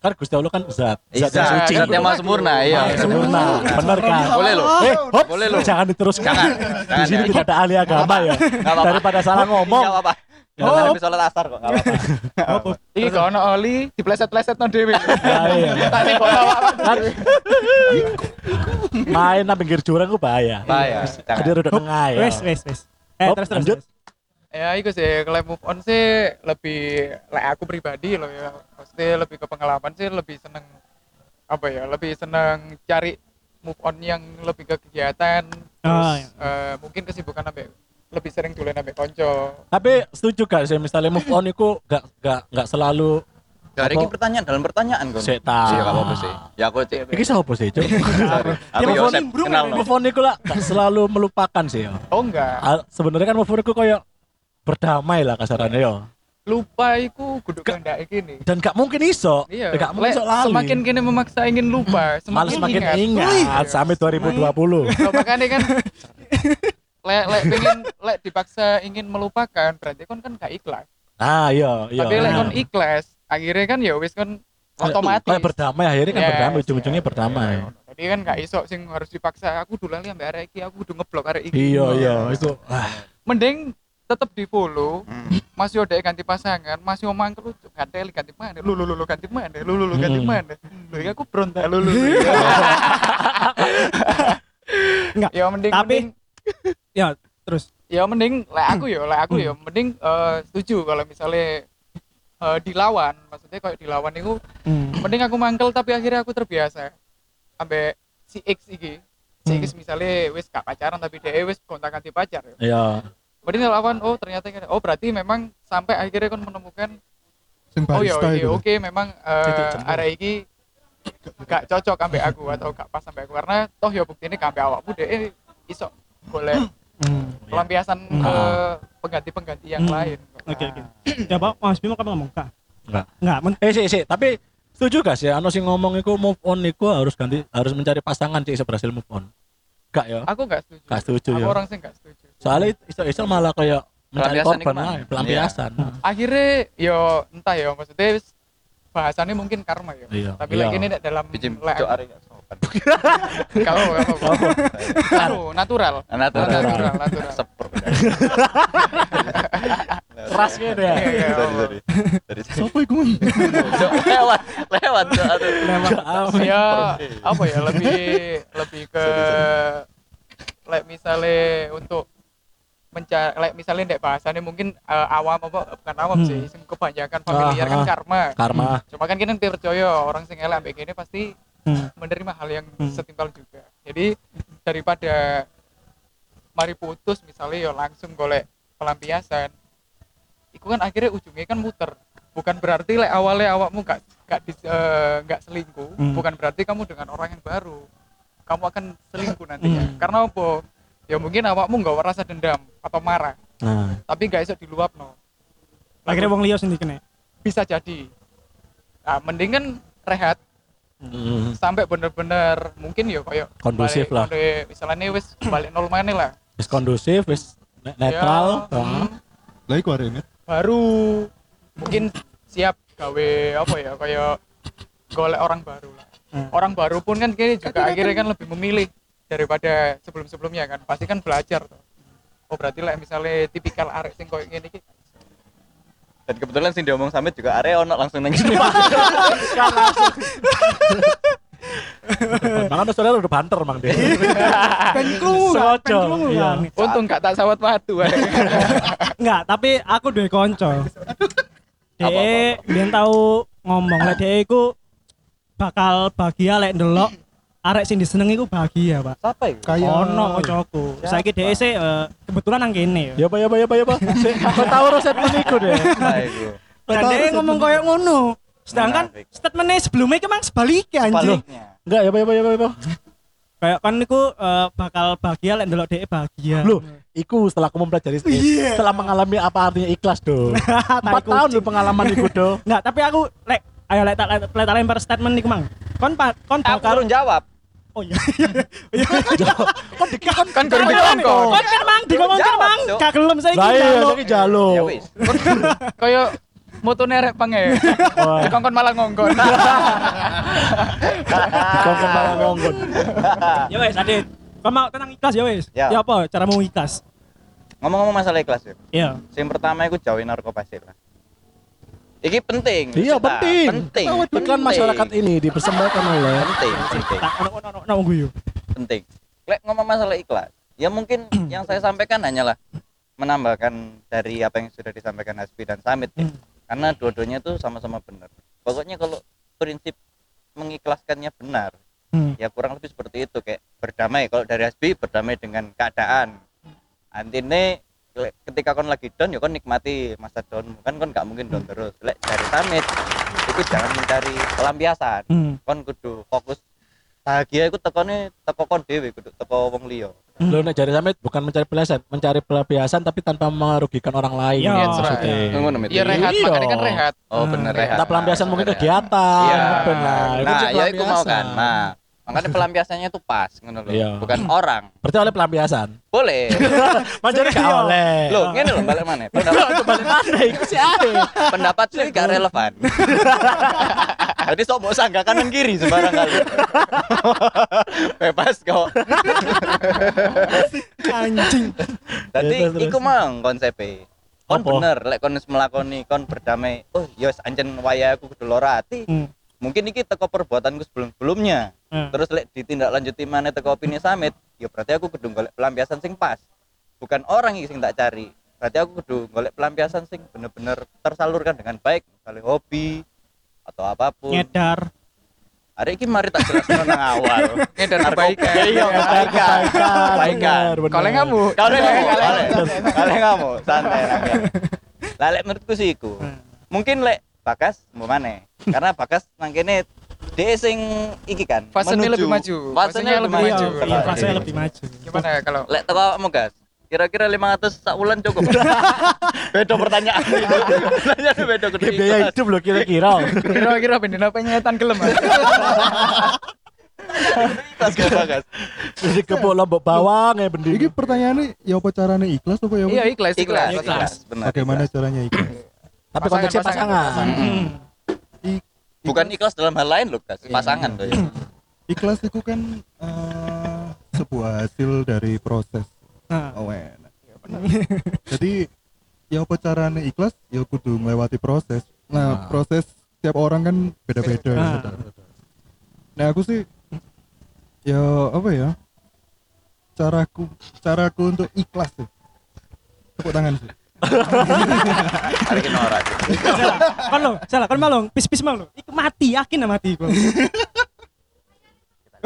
[SPEAKER 3] Kan Gusti Allah kan zat,
[SPEAKER 1] Iya,
[SPEAKER 3] zat yang
[SPEAKER 4] Zat.
[SPEAKER 3] suci.
[SPEAKER 1] zat yang maha sempurna, iya. Nah,
[SPEAKER 3] Maha sempurna. Benar kan?
[SPEAKER 1] Boleh lho.
[SPEAKER 3] Eh, hop,
[SPEAKER 1] Boleh loh.
[SPEAKER 3] Jangan diteruskan.
[SPEAKER 1] Jangan,
[SPEAKER 3] Di
[SPEAKER 1] jangan,
[SPEAKER 3] sini
[SPEAKER 1] ya.
[SPEAKER 3] tidak ada ahli agama ya.
[SPEAKER 1] Nggak apa-apa. Iya,
[SPEAKER 3] Daripada salah ngomong.
[SPEAKER 1] Enggak apa-apa. Kita
[SPEAKER 3] Oh.
[SPEAKER 1] habis sholat asar kok, enggak apa-apa.
[SPEAKER 4] Iki gak ono oli, dipleset-pleset no dhewe.
[SPEAKER 3] Ya, iya.
[SPEAKER 4] Tadi kok awak
[SPEAKER 3] Kan main nang pinggir jurang ku bahaya.
[SPEAKER 1] Bahaya.
[SPEAKER 3] Jadi
[SPEAKER 1] ya? Jangan.
[SPEAKER 3] rada tengah ya.
[SPEAKER 2] Wes, wes, wes. Eh,
[SPEAKER 3] Hop,
[SPEAKER 2] terus terus.
[SPEAKER 3] lanjut.
[SPEAKER 2] terus.
[SPEAKER 4] Ya iku sih kalau move on sih lebih lek aku pribadi loh ya. Pasti lebih ke pengalaman sih lebih seneng apa ya? Lebih seneng cari move on yang lebih ke kegiatan. Terus,
[SPEAKER 2] Ah, iya.
[SPEAKER 4] eh, mungkin kesibukan ambek lebih sering dolen ambek konco.
[SPEAKER 3] Tapi setuju gak sih misalnya move on itu gak gak gak selalu
[SPEAKER 1] Dari ini
[SPEAKER 3] Apa?
[SPEAKER 1] pertanyaan dalam pertanyaan kan.
[SPEAKER 3] Sik, tak.
[SPEAKER 1] Iya, enggak apa-apa sih. Ya aku cek.
[SPEAKER 3] Iki sapa sih, Cuk?
[SPEAKER 1] Sorry. Aku
[SPEAKER 3] move on
[SPEAKER 1] Yosep,
[SPEAKER 2] nimbrung,
[SPEAKER 1] kenal
[SPEAKER 2] ini.
[SPEAKER 1] loh.
[SPEAKER 3] Move on itu lah gak selalu melupakan sih ya.
[SPEAKER 4] Oh enggak,
[SPEAKER 3] Ah, Sebenarnya kan move on itu koyo berdamai lah kasarannya ya.
[SPEAKER 4] lupa iku kudu kendake gini.
[SPEAKER 3] Dan gak mungkin iso.
[SPEAKER 4] Iya,
[SPEAKER 3] Gak mungkin
[SPEAKER 4] lek
[SPEAKER 3] iso lali.
[SPEAKER 4] semakin kini memaksa ingin lupa,
[SPEAKER 3] males
[SPEAKER 4] semakin
[SPEAKER 3] makin
[SPEAKER 4] ingat.
[SPEAKER 3] ingat sampai 2020.
[SPEAKER 4] Loh, makanya kan lek lek pengen lek dipaksa ingin melupakan berarti kon kan gak ikhlas.
[SPEAKER 3] Ah, iya, iya.
[SPEAKER 4] Tapi lek
[SPEAKER 3] Nah.
[SPEAKER 4] kon ikhlas, akhirnya kan ya wis kon
[SPEAKER 3] Kayak-
[SPEAKER 4] otomatis. Iya.
[SPEAKER 3] kayak berdamai akhirnya kan
[SPEAKER 4] Yes,
[SPEAKER 3] berdamai ujung-ujungnya
[SPEAKER 4] yes,
[SPEAKER 3] berdamai. Iya,
[SPEAKER 4] yes. Jadi kan gak iso sing harus dipaksa aku dulu lali ambek arek iki, aku kudu ngeblok arek iki.
[SPEAKER 3] Iya, iya, itu ah,
[SPEAKER 4] Mending tetep di follow, Mas yo dek ganti pasangan, Mas yo mangkel lu ganti ganti mana? Lu lu lu lu, ganti mana? Lu lu lu ganti
[SPEAKER 3] Hmm.
[SPEAKER 4] mana? Lu ya aku berontak lu lu. lu.
[SPEAKER 2] Enggak,
[SPEAKER 4] Ya mending
[SPEAKER 2] tapi-
[SPEAKER 4] mending
[SPEAKER 2] Ya, terus. Hmm.
[SPEAKER 4] ya mending lek aku ya lek aku ya mending eh, setuju kalau misalnya eh, dilawan maksudnya kalau dilawan itu
[SPEAKER 2] Hmm.
[SPEAKER 4] mending aku mangkel tapi akhirnya aku terbiasa sampai si X iki si X
[SPEAKER 2] Hmm.
[SPEAKER 4] misalnya wis gak pacaran tapi dia wis kontak ganti pacar ya
[SPEAKER 3] Iya.
[SPEAKER 4] mending lawan oh ternyata ini- oh berarti memang sampai akhirnya kon menemukan
[SPEAKER 5] Sing
[SPEAKER 4] oh ya
[SPEAKER 5] barista
[SPEAKER 4] oke
[SPEAKER 5] itu.
[SPEAKER 4] oke memang
[SPEAKER 5] Titik
[SPEAKER 4] eh
[SPEAKER 5] jempol.
[SPEAKER 4] area iki gak cocok sampai aku atau gak pas sampai aku karena toh ya bukti ini sampai awakmu deh iso boleh
[SPEAKER 5] Hmm.
[SPEAKER 4] pelampiasan ke
[SPEAKER 3] Nah.
[SPEAKER 4] pengganti-pengganti yang
[SPEAKER 2] Hmm.
[SPEAKER 4] lain
[SPEAKER 2] Oke oke. Coba Mas Bimo kapan ngomong kak?
[SPEAKER 3] Enggak.
[SPEAKER 2] Enggak, men.
[SPEAKER 3] Eh sih sih, tapi setuju gak sih ano sing ngomong iku move on iku harus ganti harus mencari pasangan sih iso berhasil move on. Gak ya?
[SPEAKER 4] aku gak setuju
[SPEAKER 3] Gak setuju
[SPEAKER 4] aku
[SPEAKER 3] ya.
[SPEAKER 4] orang sih gak setuju
[SPEAKER 3] Soalnya iso-iso malah kayak mencari
[SPEAKER 1] Pelampiasan
[SPEAKER 3] korban
[SPEAKER 1] iku mah.
[SPEAKER 3] lah, pelampiasan.
[SPEAKER 4] Iya. akhirnya yo entah ya maksudnya wis bahasannya mungkin karma ya
[SPEAKER 3] Iya,
[SPEAKER 4] tapi
[SPEAKER 3] iya.
[SPEAKER 4] lagi ini nek dalam
[SPEAKER 1] Bijim,
[SPEAKER 4] lek-
[SPEAKER 1] cok arek gak sopan.
[SPEAKER 4] kalau kalau anu, natural
[SPEAKER 1] Natural.
[SPEAKER 4] natural natural
[SPEAKER 1] Seper.
[SPEAKER 3] Keras gitu ya.
[SPEAKER 4] Iya, iya,
[SPEAKER 1] Sorry,
[SPEAKER 4] Allah.
[SPEAKER 1] sorry. Sorry, sorry.
[SPEAKER 5] Sopo iku? Mas?
[SPEAKER 1] Cok, lewat, lewat cok. Aduh.
[SPEAKER 3] ah.
[SPEAKER 4] ya apa ya lebih lebih ke like misalnya untuk mencari like misalnya ndek bahasannya mungkin eh, awam apa bukan awam sih sing kebanyakan familiar kan
[SPEAKER 3] Hmm. Ah, ah.
[SPEAKER 4] karma
[SPEAKER 3] Karma.
[SPEAKER 4] cuma kan kita percaya orang sing elek ambek gini pasti menerima hal yang setimpal juga jadi daripada mari putus misalnya ya langsung golek pelampiasan itu kan akhirnya ujungnya kan muter bukan berarti lek awalnya awakmu gak gak dis- eh, gak selingkuh bukan berarti kamu dengan orang yang baru kamu akan selingkuh nantinya karena apa ya mungkin awakmu nggak merasa dendam atau marah
[SPEAKER 3] Nah,
[SPEAKER 4] tapi gak esok diluapno
[SPEAKER 2] Akhirnya wong liya sendiri kene.
[SPEAKER 4] bisa jadi nah, mendingan rehat Hmm.
[SPEAKER 3] mm,
[SPEAKER 4] sampai bener-bener mungkin ya kayak
[SPEAKER 3] Kondusif lah.
[SPEAKER 4] balik- balik- misalnya wis balik nol mana lah
[SPEAKER 3] wis kondusif, wis ne- netral.
[SPEAKER 4] Ya,
[SPEAKER 3] ah.
[SPEAKER 4] hmm,
[SPEAKER 5] Lah iku arek net.
[SPEAKER 4] baru mungkin siap gawe apa ya kayak golek orang baru lah orang baru pun kan kini juga akhirnya kan lebih memilih daripada sebelum-sebelumnya kan pasti kan belajar tuh. oh berarti lah misalnya tipikal arek sing koyo ngene iki
[SPEAKER 1] Dan kebetulan sing diomong Samit juga arek ono langsung nang rumah.
[SPEAKER 3] Makanya saudara udah banter mang dia.
[SPEAKER 2] Pen krungu,
[SPEAKER 3] Sojo.
[SPEAKER 2] pen krungu
[SPEAKER 3] Ah, Iya.
[SPEAKER 2] kan.
[SPEAKER 4] untung gak tak sawat padu ae.
[SPEAKER 2] Enggak, tapi aku duwe kanca. Dek, biyen tau ngomong lek dek iku bakal bahagia lek ndelok arek sing disenengi iku bahagia, Pak.
[SPEAKER 1] Siapa ya?
[SPEAKER 5] Kaya
[SPEAKER 2] Ono kancaku. Saiki dek sih eh, kebetulan nang kene ya.
[SPEAKER 3] Ya apa ya apa ya apa ya apa. Sik, Kau tahu resep meniku deh.
[SPEAKER 1] Nah, iku.
[SPEAKER 2] Dan dek ngomong koyo ngono. Sedangkan
[SPEAKER 1] Munafik.
[SPEAKER 2] statementnya sebelumnya itu emang sebaliknya anjing.
[SPEAKER 1] Sebaliknya.
[SPEAKER 3] Enggak ya apa ya apa ya apa, ya apa.
[SPEAKER 2] Kayak kan niku eh, bakal bahagia lek ndelok dek bahagia.
[SPEAKER 3] Loh, iku setelah aku mempelajari eh, setelah mengalami apa artinya ikhlas do. Empat tahun lo pengalaman Nah, iku do.
[SPEAKER 2] Enggak, tapi aku lek ayo lek tak lek lek tak lempar statement niku, Mang. Kon pa- kon
[SPEAKER 1] Aku
[SPEAKER 2] bakal
[SPEAKER 1] belum jawab.
[SPEAKER 2] Oh iya. Iya.
[SPEAKER 3] Kan
[SPEAKER 2] Kon dikon
[SPEAKER 4] kan gurung dikongkon.
[SPEAKER 2] Kon kan mang dikongkon
[SPEAKER 1] Jawab,
[SPEAKER 2] mang.
[SPEAKER 1] Cuk.
[SPEAKER 2] Gak gelem saiki.
[SPEAKER 3] Lah iya
[SPEAKER 2] Cuk.
[SPEAKER 3] saiki jalo.
[SPEAKER 1] Ya wis.
[SPEAKER 4] koyo motone arek penge
[SPEAKER 3] Wah,
[SPEAKER 4] dikongkon malah ngongkon
[SPEAKER 3] Iya. kau kepala ngonggon.
[SPEAKER 2] Ya
[SPEAKER 3] iya.
[SPEAKER 2] wis, Adit. Kon mau tenang ikhlas ya wis.
[SPEAKER 1] Ya.
[SPEAKER 2] Ya apa caramu ikhlas?
[SPEAKER 1] Ngomong-ngomong masalah ikhlas ya.
[SPEAKER 2] Iya.
[SPEAKER 1] Sing pertama iku jauhi narkoba sih lah. Iki penting.
[SPEAKER 3] Iya
[SPEAKER 1] Cita.
[SPEAKER 3] penting.
[SPEAKER 1] Penting.
[SPEAKER 3] Iklan
[SPEAKER 1] penting.
[SPEAKER 3] masyarakat ini dipersembahkan oleh
[SPEAKER 1] Penting, penting,
[SPEAKER 2] Tak ono ono ono ono guyu.
[SPEAKER 1] penting. Lek ngomong masalah ikhlas, ya mungkin yang saya sampaikan hanyalah menambahkan dari apa yang sudah disampaikan Hasbi dan Samit ya. Karena dua-duanya itu sama-sama benar. Pokoknya kalau prinsip mengikhlaskannya benar,
[SPEAKER 2] Hmm.
[SPEAKER 1] ya kurang lebih seperti itu kayak berdamai kalau dari Hasbi berdamai dengan keadaan antine le- ketika kon lagi down ya kon nikmati masa down kan kon nggak mungkin down terus lek dari samit itu jangan mencari pelampiasan
[SPEAKER 2] Hmm.
[SPEAKER 1] kon kudu fokus bahagia itu tekone teko kon dhewe kudu teko wong liya
[SPEAKER 3] lo nek jari sampe bukan mencari pelajaran, mencari pelampiasan tapi tanpa merugikan orang lain.
[SPEAKER 2] Iya,
[SPEAKER 4] that's right.
[SPEAKER 1] Ngono, Mit.
[SPEAKER 4] ya rehat
[SPEAKER 3] Hmm. Iya.
[SPEAKER 4] makanya kan rehat
[SPEAKER 1] oh bener rehat
[SPEAKER 3] Kita pelampiasan mungkin
[SPEAKER 1] Rehat.
[SPEAKER 3] kegiatan,
[SPEAKER 1] Iya.
[SPEAKER 3] ngeben lah. Itu
[SPEAKER 1] nah
[SPEAKER 3] sih
[SPEAKER 1] ya itu mau
[SPEAKER 3] pelampiasan.
[SPEAKER 1] kan nah makanya pelampiasannya itu pas ngono
[SPEAKER 3] Iya.
[SPEAKER 1] lho bukan orang
[SPEAKER 3] Berarti oleh pelampiasan.
[SPEAKER 1] boleh
[SPEAKER 3] Mas jari
[SPEAKER 2] iya.
[SPEAKER 3] gak oleh.
[SPEAKER 1] loh ngene lho balik mana pendapat
[SPEAKER 3] Iya. balik mana iku sih ae.
[SPEAKER 1] pendapat sih gak relevan. Jadi sok mau sanggah kanan kiri sembarang kali. Bebas kok.
[SPEAKER 2] Anjing.
[SPEAKER 1] Jadi
[SPEAKER 3] Ya, terus, terus.
[SPEAKER 1] iku mang konsepnya. Kon
[SPEAKER 3] Apa?
[SPEAKER 1] bener, lek kon wis melakoni kon berdamai. Oh, yos ancen waya aku kudu lara ati.
[SPEAKER 2] Hmm.
[SPEAKER 1] Mungkin iki teko perbuatanku sebelum-sebelumnya.
[SPEAKER 2] Hmm.
[SPEAKER 1] Terus lek ditindaklanjuti maneh teko opini samit, ya berarti aku kudu golek pelampiasan sing pas. bukan orang yang sing tak cari berarti aku kudu golek pelampiasan sing bener-bener tersalurkan dengan baik misalnya hobi atau apapun
[SPEAKER 2] ngedar
[SPEAKER 1] hari ini mari tak jelas nang awal
[SPEAKER 4] Ngedar kebaikan.
[SPEAKER 1] iya kebaikan kebaikan
[SPEAKER 4] Kalau kamu,
[SPEAKER 3] Iya,
[SPEAKER 1] kalau kamu kalau kamu santai rakyat lah lek menurutku sih iku mungkin lek bakas mau mana karena bakas nang kene dia sing iki kan menuju-
[SPEAKER 4] fasenya lebih maju.
[SPEAKER 1] fasenya lebih
[SPEAKER 2] iya
[SPEAKER 1] maju
[SPEAKER 4] Iya,
[SPEAKER 2] iya, fase lebih maju
[SPEAKER 4] Gimana ya kalau
[SPEAKER 1] lek teko awakmu gas kira-kira 500 sak wulan cukup beda pertanyaan pertanyaan beda gede
[SPEAKER 3] biaya hidup lo kira-kira
[SPEAKER 4] kira-kira bener apa nyetan gelem? Mas?
[SPEAKER 1] ikhlas gak bagas
[SPEAKER 3] jadi kebo lombok bawang ya bendi
[SPEAKER 5] Ini pertanyaannya ya apa caranya ikhlas apa ya? apa?
[SPEAKER 4] Iya ikhlas
[SPEAKER 1] ikhlas
[SPEAKER 4] ikhlas.
[SPEAKER 1] ikhlas benar
[SPEAKER 5] Bagaimana
[SPEAKER 1] ikhlas.
[SPEAKER 5] caranya ikhlas?
[SPEAKER 3] tapi konteksnya
[SPEAKER 4] Pasangan,
[SPEAKER 3] pasangan
[SPEAKER 1] Mm-mm.
[SPEAKER 5] I-
[SPEAKER 1] bukan ikhlas dalam hal lain loh gas pasangan tuh ya.
[SPEAKER 5] Ikhlas itu kan eh, sebuah hasil dari proses.
[SPEAKER 2] Nah,
[SPEAKER 5] Oh, enak. Jadi ya apa caranya ikhlas? Ya kudu melewati proses. Nah, proses setiap orang kan beda-beda.
[SPEAKER 2] Nah.
[SPEAKER 5] Nah. nah, aku sih ya apa ya? Caraku caraku untuk ikhlas sih. Tepuk tangan sih.
[SPEAKER 1] hari ini orang
[SPEAKER 2] salah kan lo salah kan malu pis pis malu iku mati yakin lah mati gua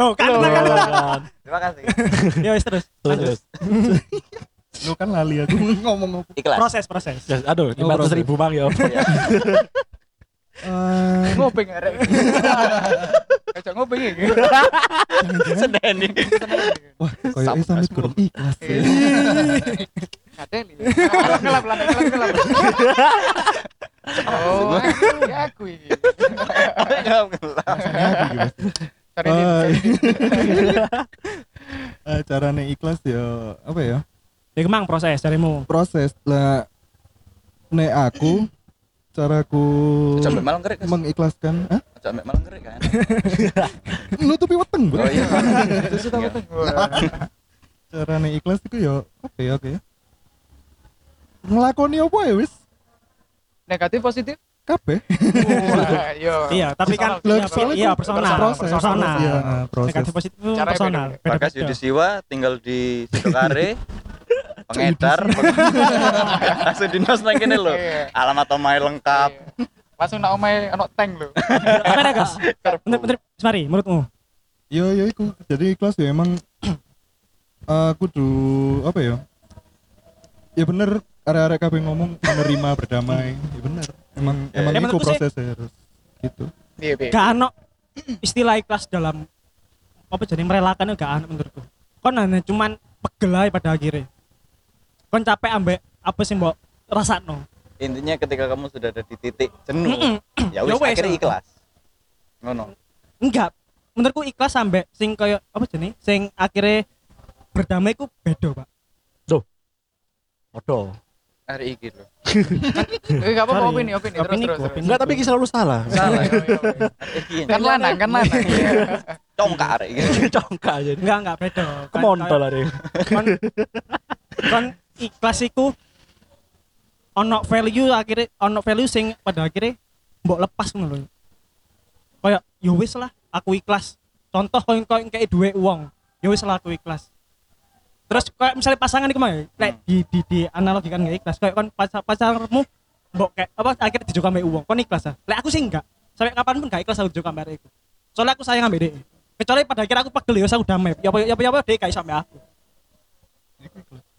[SPEAKER 2] oh kan kan kan, kan
[SPEAKER 1] terima kasih
[SPEAKER 2] ya wis terus
[SPEAKER 3] terus terus
[SPEAKER 5] Lu kan lali aku ngomong apa.
[SPEAKER 1] ikhlas
[SPEAKER 2] proses proses
[SPEAKER 3] Terus,
[SPEAKER 5] Ya.
[SPEAKER 3] aduh
[SPEAKER 1] Oh,
[SPEAKER 3] lima ratus ribu bang ya
[SPEAKER 1] Ya.
[SPEAKER 5] Eh,
[SPEAKER 4] Ngopeng arek. Kacau ngopeng ya.
[SPEAKER 1] sedeni
[SPEAKER 5] wah, kayaknya
[SPEAKER 1] Sam-
[SPEAKER 5] sampai kurang ikhlas sih. Nah,
[SPEAKER 4] Kadeli. Kelap kelap kelap kelap. Oh, aku- ya aku ini.
[SPEAKER 5] Rasanya aku gimana?
[SPEAKER 4] Sorry,
[SPEAKER 2] Oh,
[SPEAKER 4] Din,
[SPEAKER 5] Eh,
[SPEAKER 4] sorry, Din.
[SPEAKER 5] Eh, caranya ikhlas ya apa ya?
[SPEAKER 2] ya kemang proses darimu
[SPEAKER 5] proses lah nek aku caraku
[SPEAKER 1] coba
[SPEAKER 5] Hmm.
[SPEAKER 1] malam kerik Gas.
[SPEAKER 5] mengikhlaskan Hah?
[SPEAKER 1] Ojo ambek malam kerik kan
[SPEAKER 5] nutupi weteng bro
[SPEAKER 1] oh iya
[SPEAKER 4] Terus itu apa tuh?
[SPEAKER 5] carane ikhlas itu ya oke ya oke ya ngelakoni apa ya wis
[SPEAKER 4] Negatif positif? Ah,
[SPEAKER 5] kabeh
[SPEAKER 4] Wah, Yo.
[SPEAKER 2] iya tapi kan
[SPEAKER 4] Personal.
[SPEAKER 2] iya,
[SPEAKER 5] Soalnya
[SPEAKER 2] iya
[SPEAKER 5] kan
[SPEAKER 2] personal
[SPEAKER 5] proses,
[SPEAKER 2] personal
[SPEAKER 5] iya, proses.
[SPEAKER 2] negatif positif itu
[SPEAKER 4] Caranya
[SPEAKER 2] personal
[SPEAKER 4] beda-beda.
[SPEAKER 2] beda-beda.
[SPEAKER 1] bagas Yudisiwa tinggal di Sidokare pengedar langsung dinos nang kene lho
[SPEAKER 4] Iya.
[SPEAKER 1] alamat omahe lengkap
[SPEAKER 4] Iya. Langsung nak omai anak tank lho.
[SPEAKER 2] apa ya guys bentar bentar semari menurutmu
[SPEAKER 5] yo yo iku jadi ikhlas ya emang aku kudu apa ya ya bener arek-arek kabeh ngomong menerima berdamai ya bener emang emang
[SPEAKER 2] Ya,
[SPEAKER 5] iku
[SPEAKER 2] menurutku sih-
[SPEAKER 5] proses harus gitu
[SPEAKER 4] Iya, Bi.
[SPEAKER 2] gak ano istilah ikhlas dalam apa jadi merelakan itu gak ano menurutku kon hanya cuman pegel aja pada akhirnya kon capek ambek apa sih mbok rasakno
[SPEAKER 1] intinya ketika kamu sudah ada di titik jenuh Iya. ya
[SPEAKER 2] Ya
[SPEAKER 1] wis
[SPEAKER 2] wes.
[SPEAKER 1] akhirnya ikhlas ngono
[SPEAKER 2] enggak menurutku ikhlas sampai sing koyo apa jenis sing akhirnya berdamai ku beda pak
[SPEAKER 3] Odo.
[SPEAKER 1] hari iki lho
[SPEAKER 4] Eh, gak
[SPEAKER 2] Sorry.
[SPEAKER 4] apa-apa opini, opini terus
[SPEAKER 2] Opini
[SPEAKER 4] terus.
[SPEAKER 2] ku,
[SPEAKER 4] terus.
[SPEAKER 2] opini.
[SPEAKER 3] enggak tapi kisah selalu salah
[SPEAKER 4] Salah. iya, iya, iya.
[SPEAKER 1] Hari iki
[SPEAKER 4] Kan lanang, kan lanang. Iya.
[SPEAKER 1] congkak arek iki
[SPEAKER 3] congkak jadi
[SPEAKER 2] enggak enggak beda Kon-
[SPEAKER 3] kemontol hari
[SPEAKER 2] kayak kon, kon ikhlas iku ono value akhirnya ono value sing pada akhirnya mbok lepas ngono lho koyo ya wis lah aku ikhlas contoh koyo koyo kayak duwe uang ya wis lah aku ikhlas terus kayak misalnya pasangan iku mah ya, kayak di di di analogikan gak ikhlas kayak kon pacar pacarmu mbok kayak apa akhirnya dijogo ambek uang kon ikhlas ah lek aku sih enggak sampai kapan pun gak ikhlas aku dijogo ambek iku soalnya aku sayang ambek dia kecuali pada akhirnya aku pegel ya aku damai ya apa ya apa ya apa dia kayak sampe aku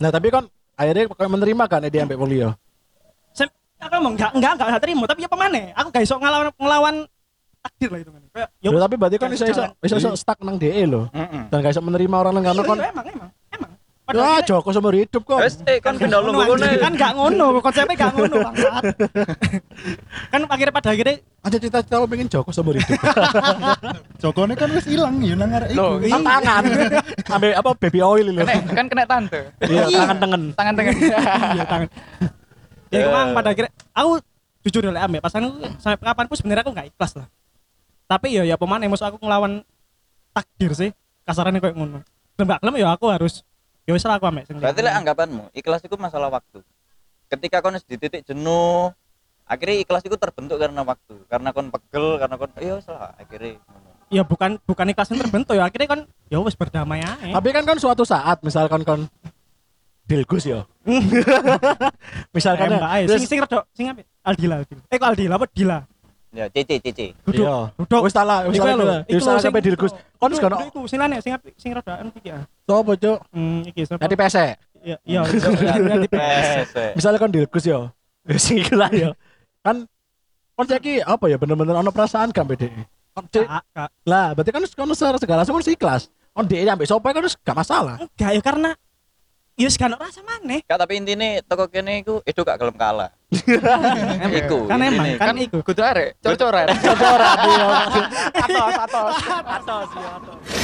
[SPEAKER 3] nah tapi kan akhirnya kau menerima kan dia ambek wong liya
[SPEAKER 2] Saya aku ngomong enggak enggak enggak usah terima tapi ya pemane aku gak iso ngelawan ngelawan takdir lah itu kan. Kayak ya
[SPEAKER 3] Loh, tapi berarti kan
[SPEAKER 2] Jangan-
[SPEAKER 3] bisa bisa
[SPEAKER 2] jangan.
[SPEAKER 3] bisa stuck nang E DE loh
[SPEAKER 1] Heeh.
[SPEAKER 3] dan gak bisa menerima orang lain karena kon Ah,
[SPEAKER 2] ya, emang emang emang. Padahal
[SPEAKER 3] Wah,
[SPEAKER 2] kita-
[SPEAKER 3] Joko seumur hidup kok.
[SPEAKER 1] wis eh kan
[SPEAKER 2] nggak
[SPEAKER 1] benda lu
[SPEAKER 2] ngono,
[SPEAKER 1] ngono
[SPEAKER 2] anjing. kan enggak ngono konsepnya enggak ngono bangsat. kan akhirnya pada akhirnya
[SPEAKER 3] Ada cita-cita lo pengen Joko seumur hidup.
[SPEAKER 5] Jokone kan wis ilang ya nang arek
[SPEAKER 4] Loh,
[SPEAKER 5] iku
[SPEAKER 4] iya.
[SPEAKER 3] tangan. Ambil apa baby oil lho.
[SPEAKER 4] Kena, kan kena tante.
[SPEAKER 3] Iya, tangan tengen. Eh.
[SPEAKER 4] Tangan tangan.
[SPEAKER 2] iya tangan. Ya emang pada akhirnya aku jujur oleh ambek pasangan sampai kapan pun sebenarnya aku enggak ikhlas lah. Tapi ya ya pemane maksud aku ngelawan takdir sih kasarannya kayak ngono. Lembak lem ya aku harus ya wis lah aku ambek sing.
[SPEAKER 1] berarti lah anggapanmu ikhlas itu masalah waktu ketika kon wis di titik jenuh akhirnya ikhlas itu terbentuk karena waktu karena kon pegel karena kon iya wis lah akhirnya ngono.
[SPEAKER 2] ya bukan bukan ikhlas yang terbentuk ya akhirnya kan ya wis berdamai aja
[SPEAKER 3] Tapi kan kan suatu saat misalkan kon Dilgus ya. Misalkan ya.
[SPEAKER 2] Tembak ae. Sing sing rada sing apa? Aldila. Aldila. Eh kok Aldila apa Dila?
[SPEAKER 1] ya cc cc
[SPEAKER 2] Duduk.
[SPEAKER 3] Iya.
[SPEAKER 2] Duduk.
[SPEAKER 3] Wis salah, wis
[SPEAKER 2] Iku
[SPEAKER 3] salah.
[SPEAKER 2] lho,
[SPEAKER 3] Dila.
[SPEAKER 2] iku
[SPEAKER 3] Wis salah
[SPEAKER 2] lho sing-
[SPEAKER 3] sampai Dilgus. Kon
[SPEAKER 2] Duduk,
[SPEAKER 3] sekono.
[SPEAKER 2] duduk Iku sing lane sing apik, sing rodaan iki ya.
[SPEAKER 3] Sopo, Cuk?
[SPEAKER 2] Hmm, iki sapa?
[SPEAKER 3] Nanti pesek.
[SPEAKER 2] Iya, iya.
[SPEAKER 1] Pesek.
[SPEAKER 3] misalnya kan dilkus yo sing iki lah
[SPEAKER 2] iya.
[SPEAKER 3] yo kan kan saiki apa ya bener-bener ono perasaan gak pede Cek.
[SPEAKER 2] Kak, kak.
[SPEAKER 3] lah berarti kan kan secara segala semua sih ikhlas on dia sampai sopai kan wis gak masalah
[SPEAKER 2] Enggak ya karena ya wis gak ono rasa maneh.
[SPEAKER 1] Kak, tapi intinya toko kene iku itu gak gelem kalah iku
[SPEAKER 2] Kan emang
[SPEAKER 1] intine.
[SPEAKER 2] kan iku.
[SPEAKER 4] Kudu arek, cor-coran.
[SPEAKER 3] Ora, dia.
[SPEAKER 4] Atos, atos.
[SPEAKER 2] Atos ya, atos.